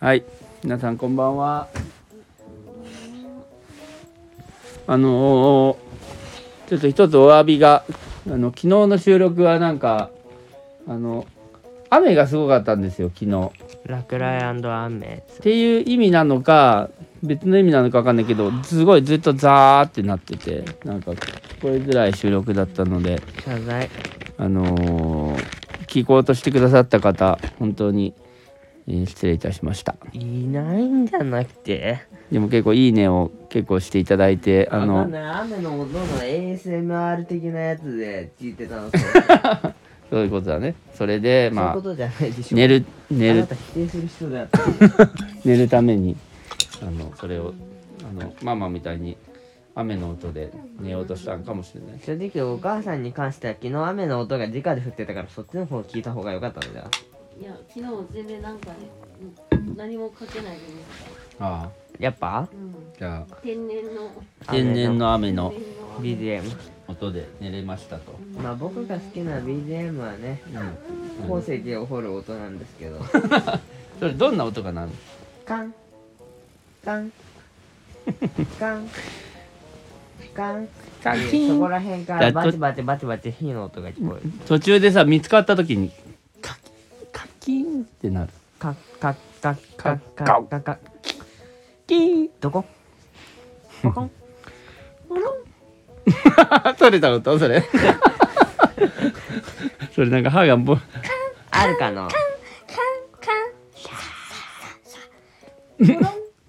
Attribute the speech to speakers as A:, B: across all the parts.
A: はい皆さんこんばんはあのーちょっと一つお詫びがあの昨日の収録はなんかあの雨がすごかったんですよ昨日
B: 落雷雨
A: っていう意味なのか別の意味なのか分かんないけどすごいずっとザーってなっててなんか聞こえづらい収録だったので
B: 謝罪
A: あのー聞こうとしてくださった方本当に、えー失礼いたしました
B: いないんじゃなくて
A: でも結構いいねを結構していただいてあ
B: わか
A: の
B: んない雨の音の ASMR 的なやつで聞いてたの
A: そういうことだねそれで
B: そういう
A: ま
B: こ
A: あ
B: とじゃないでしょ
A: 寝る寝
B: あ
A: る
B: なた否定する人だよ
A: 寝るためにあのそれをあのママみたいに雨の音で寝ようとしたんかもしれない
B: 正直お母さんに関しては昨日雨の音が直で降ってたからそっちの方聞いた方が良かったんだよ
C: いや、昨日全然なんかね、うん何もかけないでね。
A: ああ
B: やっぱ
C: うん。
A: じゃあ
C: 天然の。
A: 天然の雨の
C: 天然の
B: BGM
A: 音で寝れましたと、
B: まあ僕が好きな BGM はね後世紀を掘る音なんですけど
A: それどんな音がなる
B: カンカンカンカン
A: カンキン
B: そこら辺からバチバチバチバチ火の音が聞こえる
A: 途中でさ見つかった時にカキカキンってなる
B: カッカッカッカッカッカッカッ
A: キーン
B: どこポコン
A: 取れた音それそれなんか歯がぼ
B: あるかな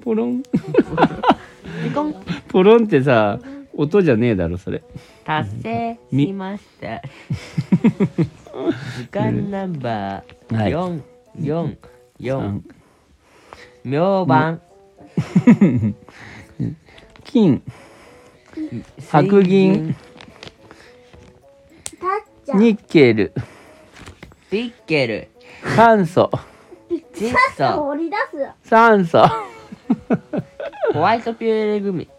A: ポロンポロンってさ音じゃねえだろそれ
B: 達成
A: み
B: しました時間ナンバ
A: はい
B: ー444
A: 三
B: 明晩
A: 金白銀ニッケル
B: ピッケル
A: 炭素
B: 窒
D: さっき
B: 素
D: 掘り出すね
A: 酸素
B: ホワイトピューレグミ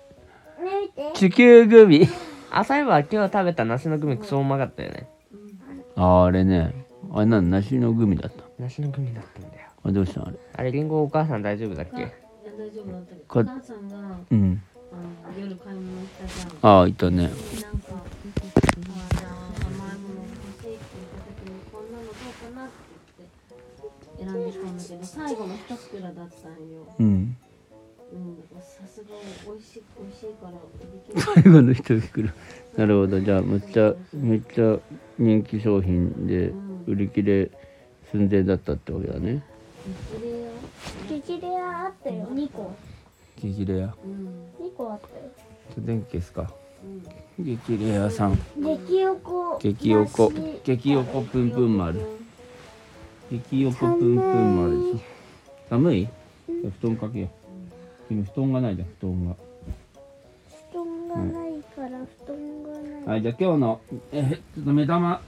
D: 見て
A: 地球グミ
B: あそういえば今日食べた梨のグミクソうまかったよね
A: ああれねあれなん梨のグミだった
B: 梨のグミだったんだよ
A: あれどうしたのあれ
B: あれリンゴお母さん大丈夫だっ
C: いや
B: け
C: 大丈夫だったけど。
A: こ
C: お母さんが、あの
A: うん
C: 夜買い物したじゃん。
A: ああいたね
C: なんか、あーじゃあ甘いもの欲しいって言った時に、こんなのどうかなって言って、選んできたんだけど、最後の一袋だったんよ。
A: うん
C: うん、さすが美味しい、美味しいから、売り切
A: 最後の一袋なるほどじゃあめっちゃめっちゃ人気商品で売り切れ寸前だったってことだね
C: れ、売れよ。
D: 激レアあったよ2個
A: 激レア
C: うん。
D: 2個あった
A: 電気ですか激レアさん
D: よ激おこ
A: 激おこ
D: 梨
A: 激おこぷんぷん丸激おこぷんぷん丸です寒いじゃあ布団かけよう君布団がないじゃん布団が
D: 布団がないから布団がない、
A: はい、じゃあ今日の、えーちょっと目玉、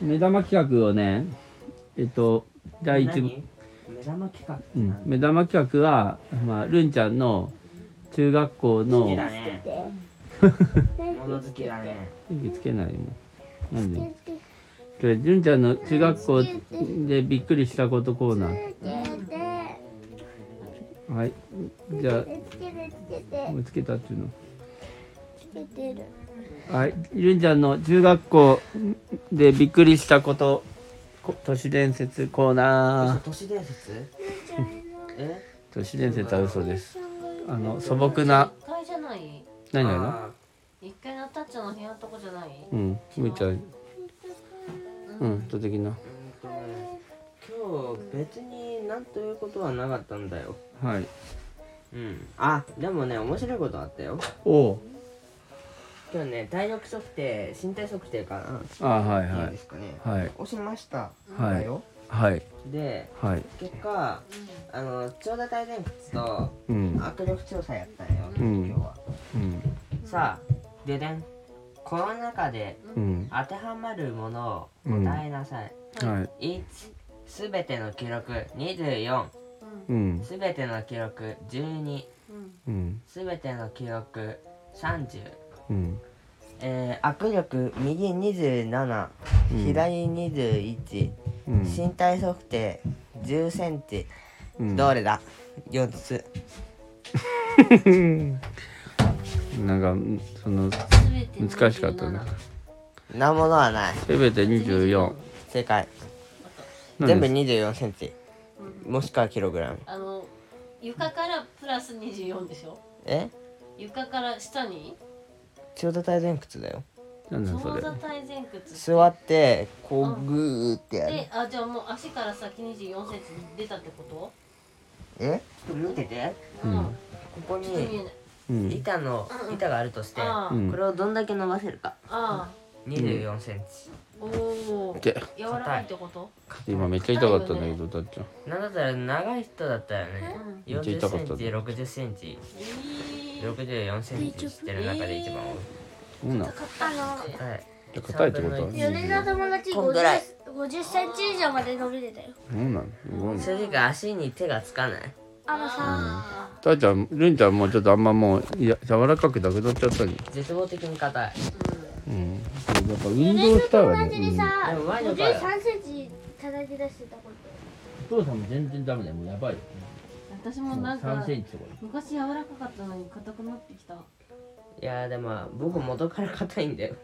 A: 目玉企画をね、えっと、第一部、
B: 何目玉企画って
A: う
B: 何
A: ん、目玉企画は、まあ、るんちゃんの中学校
B: 好きだ
A: の、
B: ね物
D: 大
B: 好きだね
A: 電気つけないもん。なんで
D: 好き
A: それ、るんちゃんの中学校でびっくりしたことコーナ
D: つけて
A: ー。はい、じゃあ、
D: つけてつけて
A: もうつけたっていうの。
D: つけてる
A: はい、るんちゃんの中学校でびっくりしたこと、こ都市伝説コーナ
B: 都市伝説え
A: ー。都市伝説は嘘です。
D: う
A: あの、素朴な、
C: 一回じゃない
A: 何やの
C: 一回なったっちゃんの部屋のとこじゃない
A: うん、むいちゃん。うん、と的な。
B: あーうんとね今日別になんということはなかったんだよ
A: はい。
B: うんあでもね面白いことあったよ
A: おう。
B: 今日ね体力測定身体測定か
A: あ、はい
B: な
A: はい
B: いで
A: い。
B: すかね
A: はい。
B: 押しました
A: はい
B: だよ
A: はい。
B: で
A: はい。
B: 結果あの長打体前屈と
A: うん。
B: 握力調査やったんよ、
A: うん
B: 今日は
A: うん。
B: さあででんこの中で
A: うん。
B: 当てはまるものを答えなさい、
A: はい。
B: 1すべての記録24
C: うん
A: うん。
B: すべての記録12
A: う
C: うん
A: ん。
B: すべての記録30
A: うん。
B: えー握力右27、
A: うん
B: 左21、
A: うん
B: 身体測定10センチ、
A: うん
B: どれだ4つ
A: なんかその
C: 全て
A: 難しかったね
B: なものはない
A: すべて24
B: 正解
A: なん
B: 全部
A: で
B: 24センチもしくはキログラム
C: あの床からプラス24でしょ
B: え
C: 床から下に
B: ちょうど体前屈だよ
A: なんだそ
C: 長
A: れ
C: 座体前屈
B: 座ってこうグーってやる
C: であじゃあもう足から先24センチ出たってこと
B: えちょっと見てて
C: うん、
A: うん
B: ここ
C: ちょっと見えない
A: うん
B: 板の板があるとして
C: ああ、
A: うん
B: これをどんだけ伸ばせるか
C: あ
B: 24センチ
C: あおお
A: で
C: 柔らかいってこと
A: 今めっちゃ痛かったんだけどだっちゃん
B: なんだったら長い人だったらね
C: うん
A: めっちゃ
B: 40
A: 痛か
B: セ
A: っ
B: ン
A: た
B: チ60センチ
C: えー、
B: 64センチしてる中で一番
A: そうなん
D: あの
B: 多いはい
A: 硬いってことはそう
D: 米の友達
B: こんぐらい
D: 50 50センチ以上まで伸びてたよ
A: なのすごいね
B: それでか足に手がつかない
D: あのさ
C: あ
A: 大ちゃんるんちゃんもうちょっとあんまもういや柔らかくなくなっちゃったね
B: 絶望的に硬い
A: うんそうだから運
D: 米
A: 動
D: の
A: した
D: 友
A: らね
D: 達にさ
B: うんでも前の
D: 53
B: 回は
D: センチ叩き出してたこと
A: お父さんも全然ダメだよもうやばいよ
C: 私もなんか
A: ンチとか
C: 昔柔らかかったのに硬くなってきた、
B: いやーでも僕元から硬いんだよ
C: う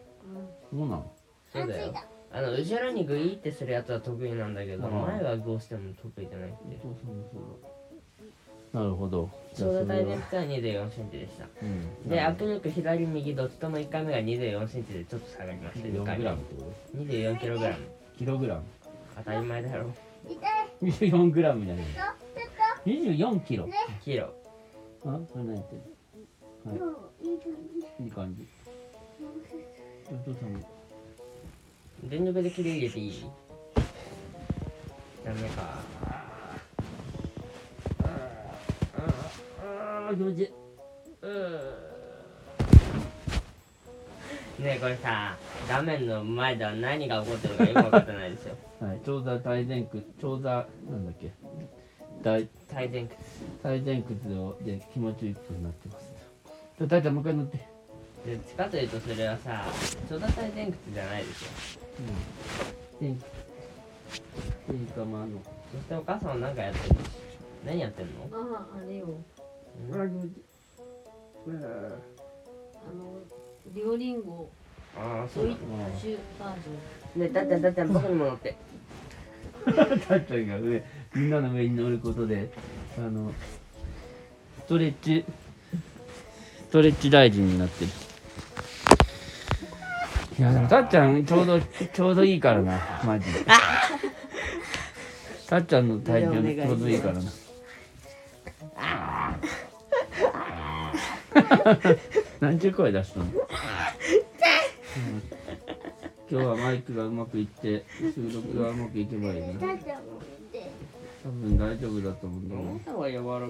A: そうなの
B: そうだよあの後ろにグイーってするやつは得意なんだけど
A: うん
B: 前はどうしても得意じゃないって
A: 父さんもそうだなるほど
B: ちょうど体重負荷は24センチでした
A: うん
B: で握力左右どっちとも1回目が24センチでちょっと下がりました
A: 4
B: 2回
A: グ
B: 目
A: ラムってこと
B: 24キログラム
A: キログラム
B: 当たり前だろ
D: 痛い
A: 24グラムじゃない
D: ちょっ
A: 24キロ
B: キロ
A: あそれ何やってる
D: ともういい感じ
A: いい感じお父さんも
B: 全力で切り入れていいダメか
A: ああ気持ちいいう
B: ねえこれさ画面の前では何が起こってるかよく分かってないです よ
A: ーはい長座大前屈長座なんだっけ大
B: 体前屈
A: 大前屈をで気持ちよくなってますちょ大ちゃんもう一回乗って
B: どっちかというとそれはさちょうど体前屈じゃないですよ
A: うん前屈いいかまの
B: そしてお母さんは何かやってるの何やってんの
C: ん、あああれよ
A: あー気持ちいいあ
C: あのリオリンゴ
B: ああ
C: ドイッチバージョン
B: ねだってだって僕にも乗って
A: たっちゃんが上みんなの上に乗ることであのストレッチストレッチ大臣になってるいやでもたっちゃんちょうどちょうどいいからなマジでたっちゃんの体重ちょうどいいから な何ちゅう声出したのうん今日はマイクがうまくいって収録がうまくいけばいいな
D: 痛いちゃんもいて
A: 多分大丈夫だと思うんだよね
B: さんは柔らかいよ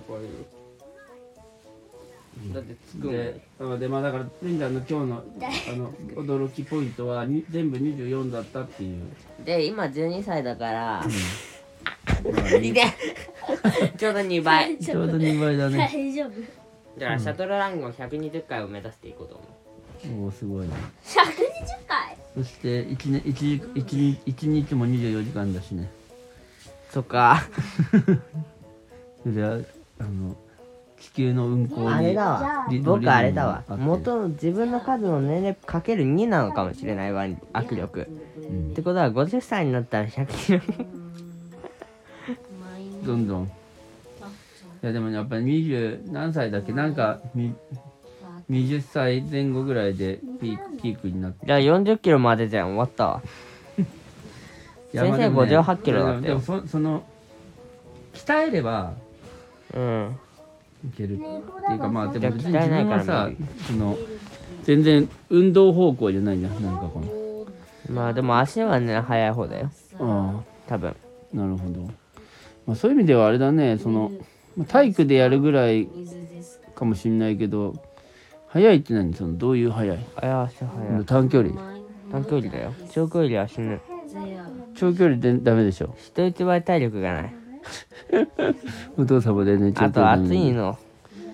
B: だってつくもん
A: であでまあだからレンジャーの今日のあの驚きポイントはに全部24だったっていう、
B: で今12歳だから
A: まあね
B: いてちょうど2倍
A: ちょうど2倍だね
D: 大丈夫
B: だからシャトルランゴン120回を目指していこうと思
A: おおすごいね
D: 120回
A: そして1年一時一日一日も24時間だしね
B: うそっか
A: それはあの地球の運行に
B: あれだ
D: じゃ
B: わ
D: あ
A: リ
B: 僕あれだわ
A: リズムに合ってる
B: 元の自分の数の年齢かける2なのかもしれないわ握力
A: ん
B: ってことは50歳になったら100キロ
C: マイン
A: どんどんい
C: パッ
A: やでもねやっぱり20何歳だっけなんかに
C: チョン
A: 20歳前後ぐらいでピーピークになって
B: じゃあ40キロまでじゃん終わったわ先生58キロだったよ
A: でもそその鍛えれば
B: うん
A: いけるっていうかまあでも別に
B: じゃ
A: 自
B: あ鍛えない
A: 分
B: から
A: はさ
B: 無理
A: その全然運動方向じゃないじゃんなんかこ
B: まあでも足はね速い方だよ
A: のあ
B: 多分
A: あなるほど、まあ、そういう意味ではあれだねそのまあ体育でやるぐらい
C: 水です
A: かもしれないけど速いって何そのどういう速い
B: あいや足は速い
A: 短距離
C: マイン
B: 短距離だよ長距離は死ぬ
C: ゼア
A: 長距離でダメでしょ
B: 人一倍体力がない
A: お父さんも全然長距
B: あと
A: 離なの
B: 暑い
A: に
B: の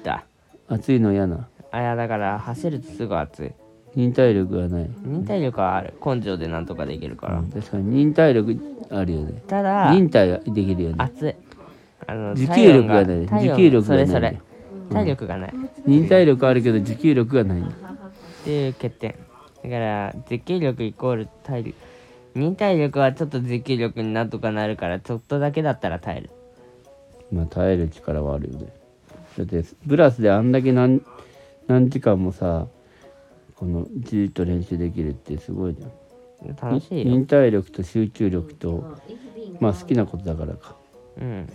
B: だ
A: 暑いの嫌な
B: あいやだから走るとすぐ暑い
A: 忍耐力がない、
B: 忍耐力はある根性でなんとかできるから、
A: 確かに忍耐力あるよね
B: ただ
A: 忍耐ができるよね
B: 熱いあの
A: 持久力がない
B: 体
A: 持
B: 温
A: 久力がない
B: それそれ体力がない、っ
A: 忍耐力あるけど持久力がないんだ
B: ていう欠点だから持久力イコール体力忍耐力はちょっと持久力になんとかなるからちょっとだけだったら耐える
A: まあ耐える力はあるよねだってブラスであんだけ何何時間もさこのじーっと練習できるってすごいじゃん
B: 楽しいよ
A: 忍耐力と集中力とまあ好き
C: な
A: なことだからか
B: うん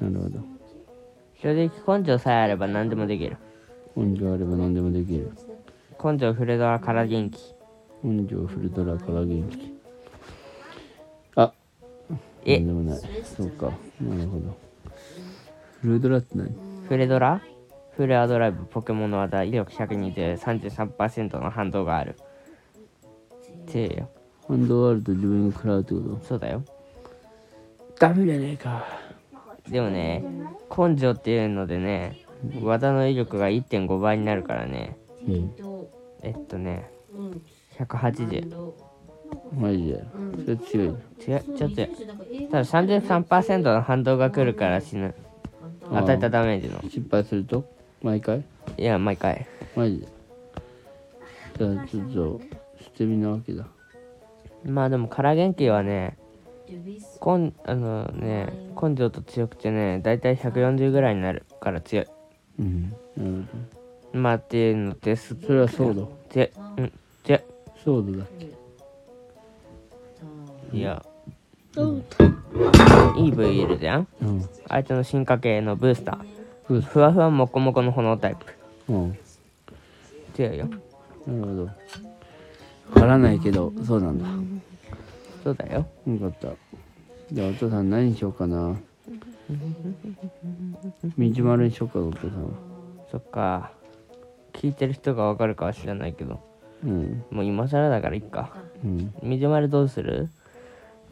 A: なるほど
B: 正直根性さえあれば何でもできる
A: 根性あれば何でもできる
B: 根性フレドラから元気
A: 根性フルドラから元気あ
B: え
A: 何でもないそうかなるほどフルドラって何
B: フレドラフレアドライブポケモンの技威力120で33%の反動がある強いよ
A: 反動あると自分が食らうってこと
B: そうだよ
A: ダメじゃねえか
B: でもね根性っていうのでね技の威力が1.5倍になるからね
A: うん
B: えっとね
C: うん
B: 180
A: マジでそれ強いな
B: 強いちょっと強い
C: だから英語
B: ただ33%の反動が来るから死ぬ
A: あー
B: 与えたダメージの
A: 失敗すると毎回
B: いや毎回
A: マジでじゃあちょっと捨て身なわけだ
B: まあでも空元気はね
C: デュビス
B: 根あのね根性と強くてねだいたい140ぐらいになるから強い
A: うんなるほ
B: まあっていうのです
A: どそれはソード
B: 強いうん強
A: ソードだっ
B: いいや
D: うん。
B: イーブイいるじゃん
A: けうん
B: 相手の進化系のブースタ
A: ブ
B: ー
A: ース
B: ふわふわモコモコの炎タイプ
A: うん
B: 強いよ
A: なるほどわからないけどそうなんだ
B: そうだよ
A: よかったじゃあお父さん何にしようかな道丸にしようかお父さん
B: そっか聞いてる人がわかるかは知らないけど
A: うん
B: もう今更だからいっか
A: うん
B: みじまるどうする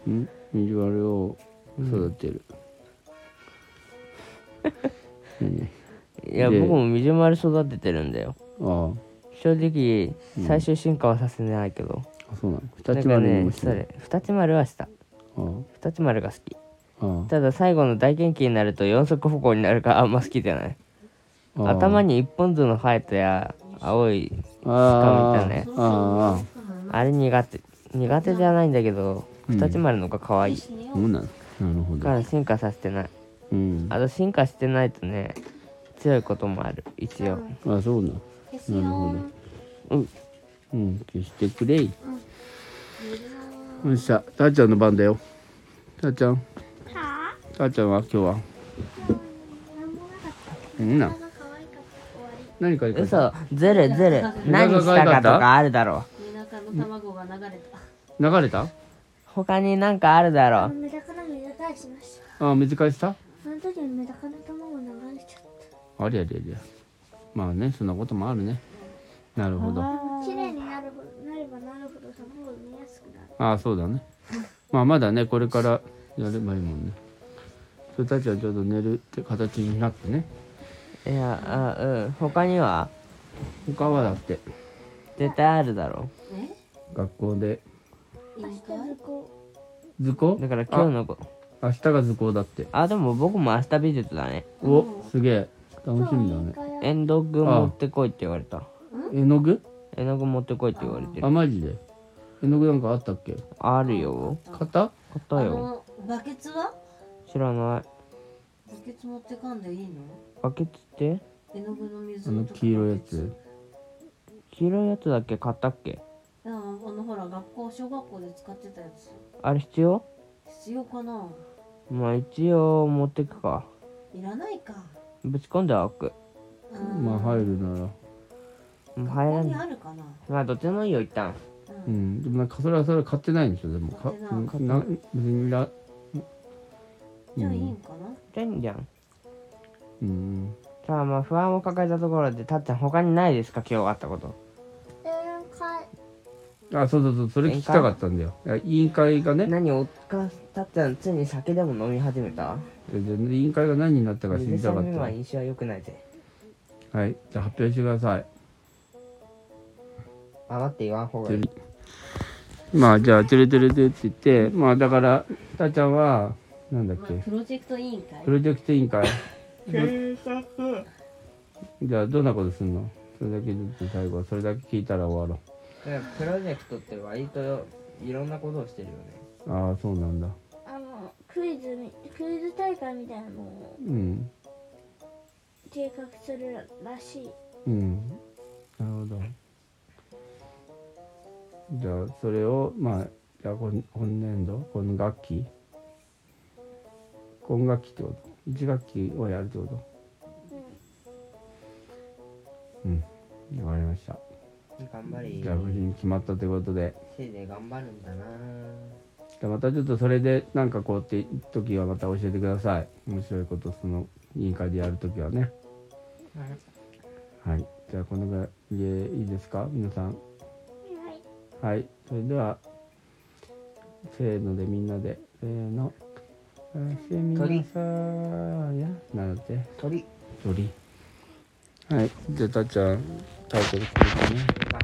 A: うん道丸を育てる、何
B: いや
A: で
B: 僕もみじまる育ててるんだよ
A: あ
B: 正直最終進化はさせないけど、
A: ああそうなの二
B: な
A: つ
B: んか
A: 丸に
B: ね
A: もして
B: そ
A: ない
B: れ二つ丸はした
A: あ
B: 二つ丸が好き
A: ああ
B: ただ最後の大元気になると四足歩行になるからあんま好きじゃない
A: あ
B: 頭に一本図のハイトや青い
A: あ
B: 使うみたい
A: ああああ
B: あれ苦手苦手じゃないんだけど二つ丸の方が可愛い、
A: そうなのなるほ
B: か
A: ど
B: ら進化させてない
A: うん
B: あと進化してないとね強いこともある一応
A: あそうなの
C: ですよー
B: うん
A: うん消してくれいよっしゃたーちゃんの番だよたーちゃん
D: はあ。
A: たーちゃんは今日は
D: なんもなかった。
A: うんな
D: が可愛かった。終わり。
A: 何かいいか
B: 嘘ずるずる何したかとかあるだろう
C: 田舎の卵が流れた
A: 流れた
B: 他になんかあるだ
D: あ
B: ろう
D: メダカのメダカしました。
A: あ水返した
D: その時にメダカの卵流れちゃっ
A: ありゃりゃりゃまあねそんなこともあるねなるほどあ
D: た。綺麗になるほどなればなるほど卵を見やすくなる。
A: あそうだねまあまだねこれからやればいいもんねそれたちはちょっと寝るって形になってね
B: いやあうん他には
A: 他はだって
B: 絶対あるだろ
C: え
A: 学校で
C: いいか
D: ずこ
A: 図工
B: うだから今日のこ
A: あ明日が図工だって
B: あでも僕も明日美術だね
A: おすげえ楽しみだね
D: や
B: 絵の具持ってこいって言われた
A: 絵の具
B: 絵の具持ってこいって言われてる
A: あマジで絵の具なんかあったっけ
B: あるよ
A: 型
B: 買った
C: あ
B: よ
C: のバケツは
B: 知らない
C: バケツ持ってかんでいいの
B: バケツって
C: 絵の具の水
A: あの
C: とか
A: 黄色いやつ
B: 黄色いやつだっけ買ったっけ
C: あのあのほら学校小学校で使ってたやつ
B: あれ必要
C: 必要かな
B: まあ一応持ってくか
C: いらないか
B: ぶち込んではおく
C: うん
A: まあ入るなら
B: もう
C: こ
B: 入
C: こ
B: ら
C: に
B: ない
C: あるかな
B: まあどっちでもいいよ一旦
A: う
C: うん
A: んでもなんかそれはそれ買ってないんでしょでもか
C: 買ってない
A: うんな別にら
C: じゃあいいんかな
B: じゃあいいじゃん
A: うん
B: さあまあ不安を抱えたところでたっちゃん他にないですか今日あったこと
D: 宴会。
A: あそうそうそうそれ聞きたかったんだよいや委員会がね
B: 何おっかたっちゃんついに酒でも飲み始めた
A: 全然委員会が何になったか知
B: 水
A: りた
B: さ
A: かっ
B: めは
A: た
B: 印象は良くないぜ
A: はいじゃあ発表してください
B: あ黙って言わん方がいい。
A: まあじゃあ「てるてるてる」って言ってまあだからたーちゃんはなんだっ
C: まあ
A: け
C: プロジェクト委員会
A: プロジェクト委員会じゃあどんなことすんのそれだけずつ最後はそれだけ聞いたら終わ
B: だからプロジェクトって割といろんなことをしてるよね。
A: ろうああそうなんだ
D: あのクイズみクイズ大会みたいなのを
A: うん
D: 計画するらしい
A: うんなるほどじゃあそれをまあじゃあ今今年度この学期今学期ってこと1学期をやるってことうんわかりました
B: 頑張り
A: じゃあ無事に決まったということで
B: せいぜい頑張るんだな
A: じゃあまたちょっとそれでなんかこうって時はまた教えてください面白いことその委員会でやる時はねはいじゃあこのぐらいでいいですか皆さん
D: はい
A: はいそれではせーのでみんなでせーのおやすみなさーやなんだって
B: 鳥
A: 鳥はいじゃあたっちゃんタイトル決めてね
B: バ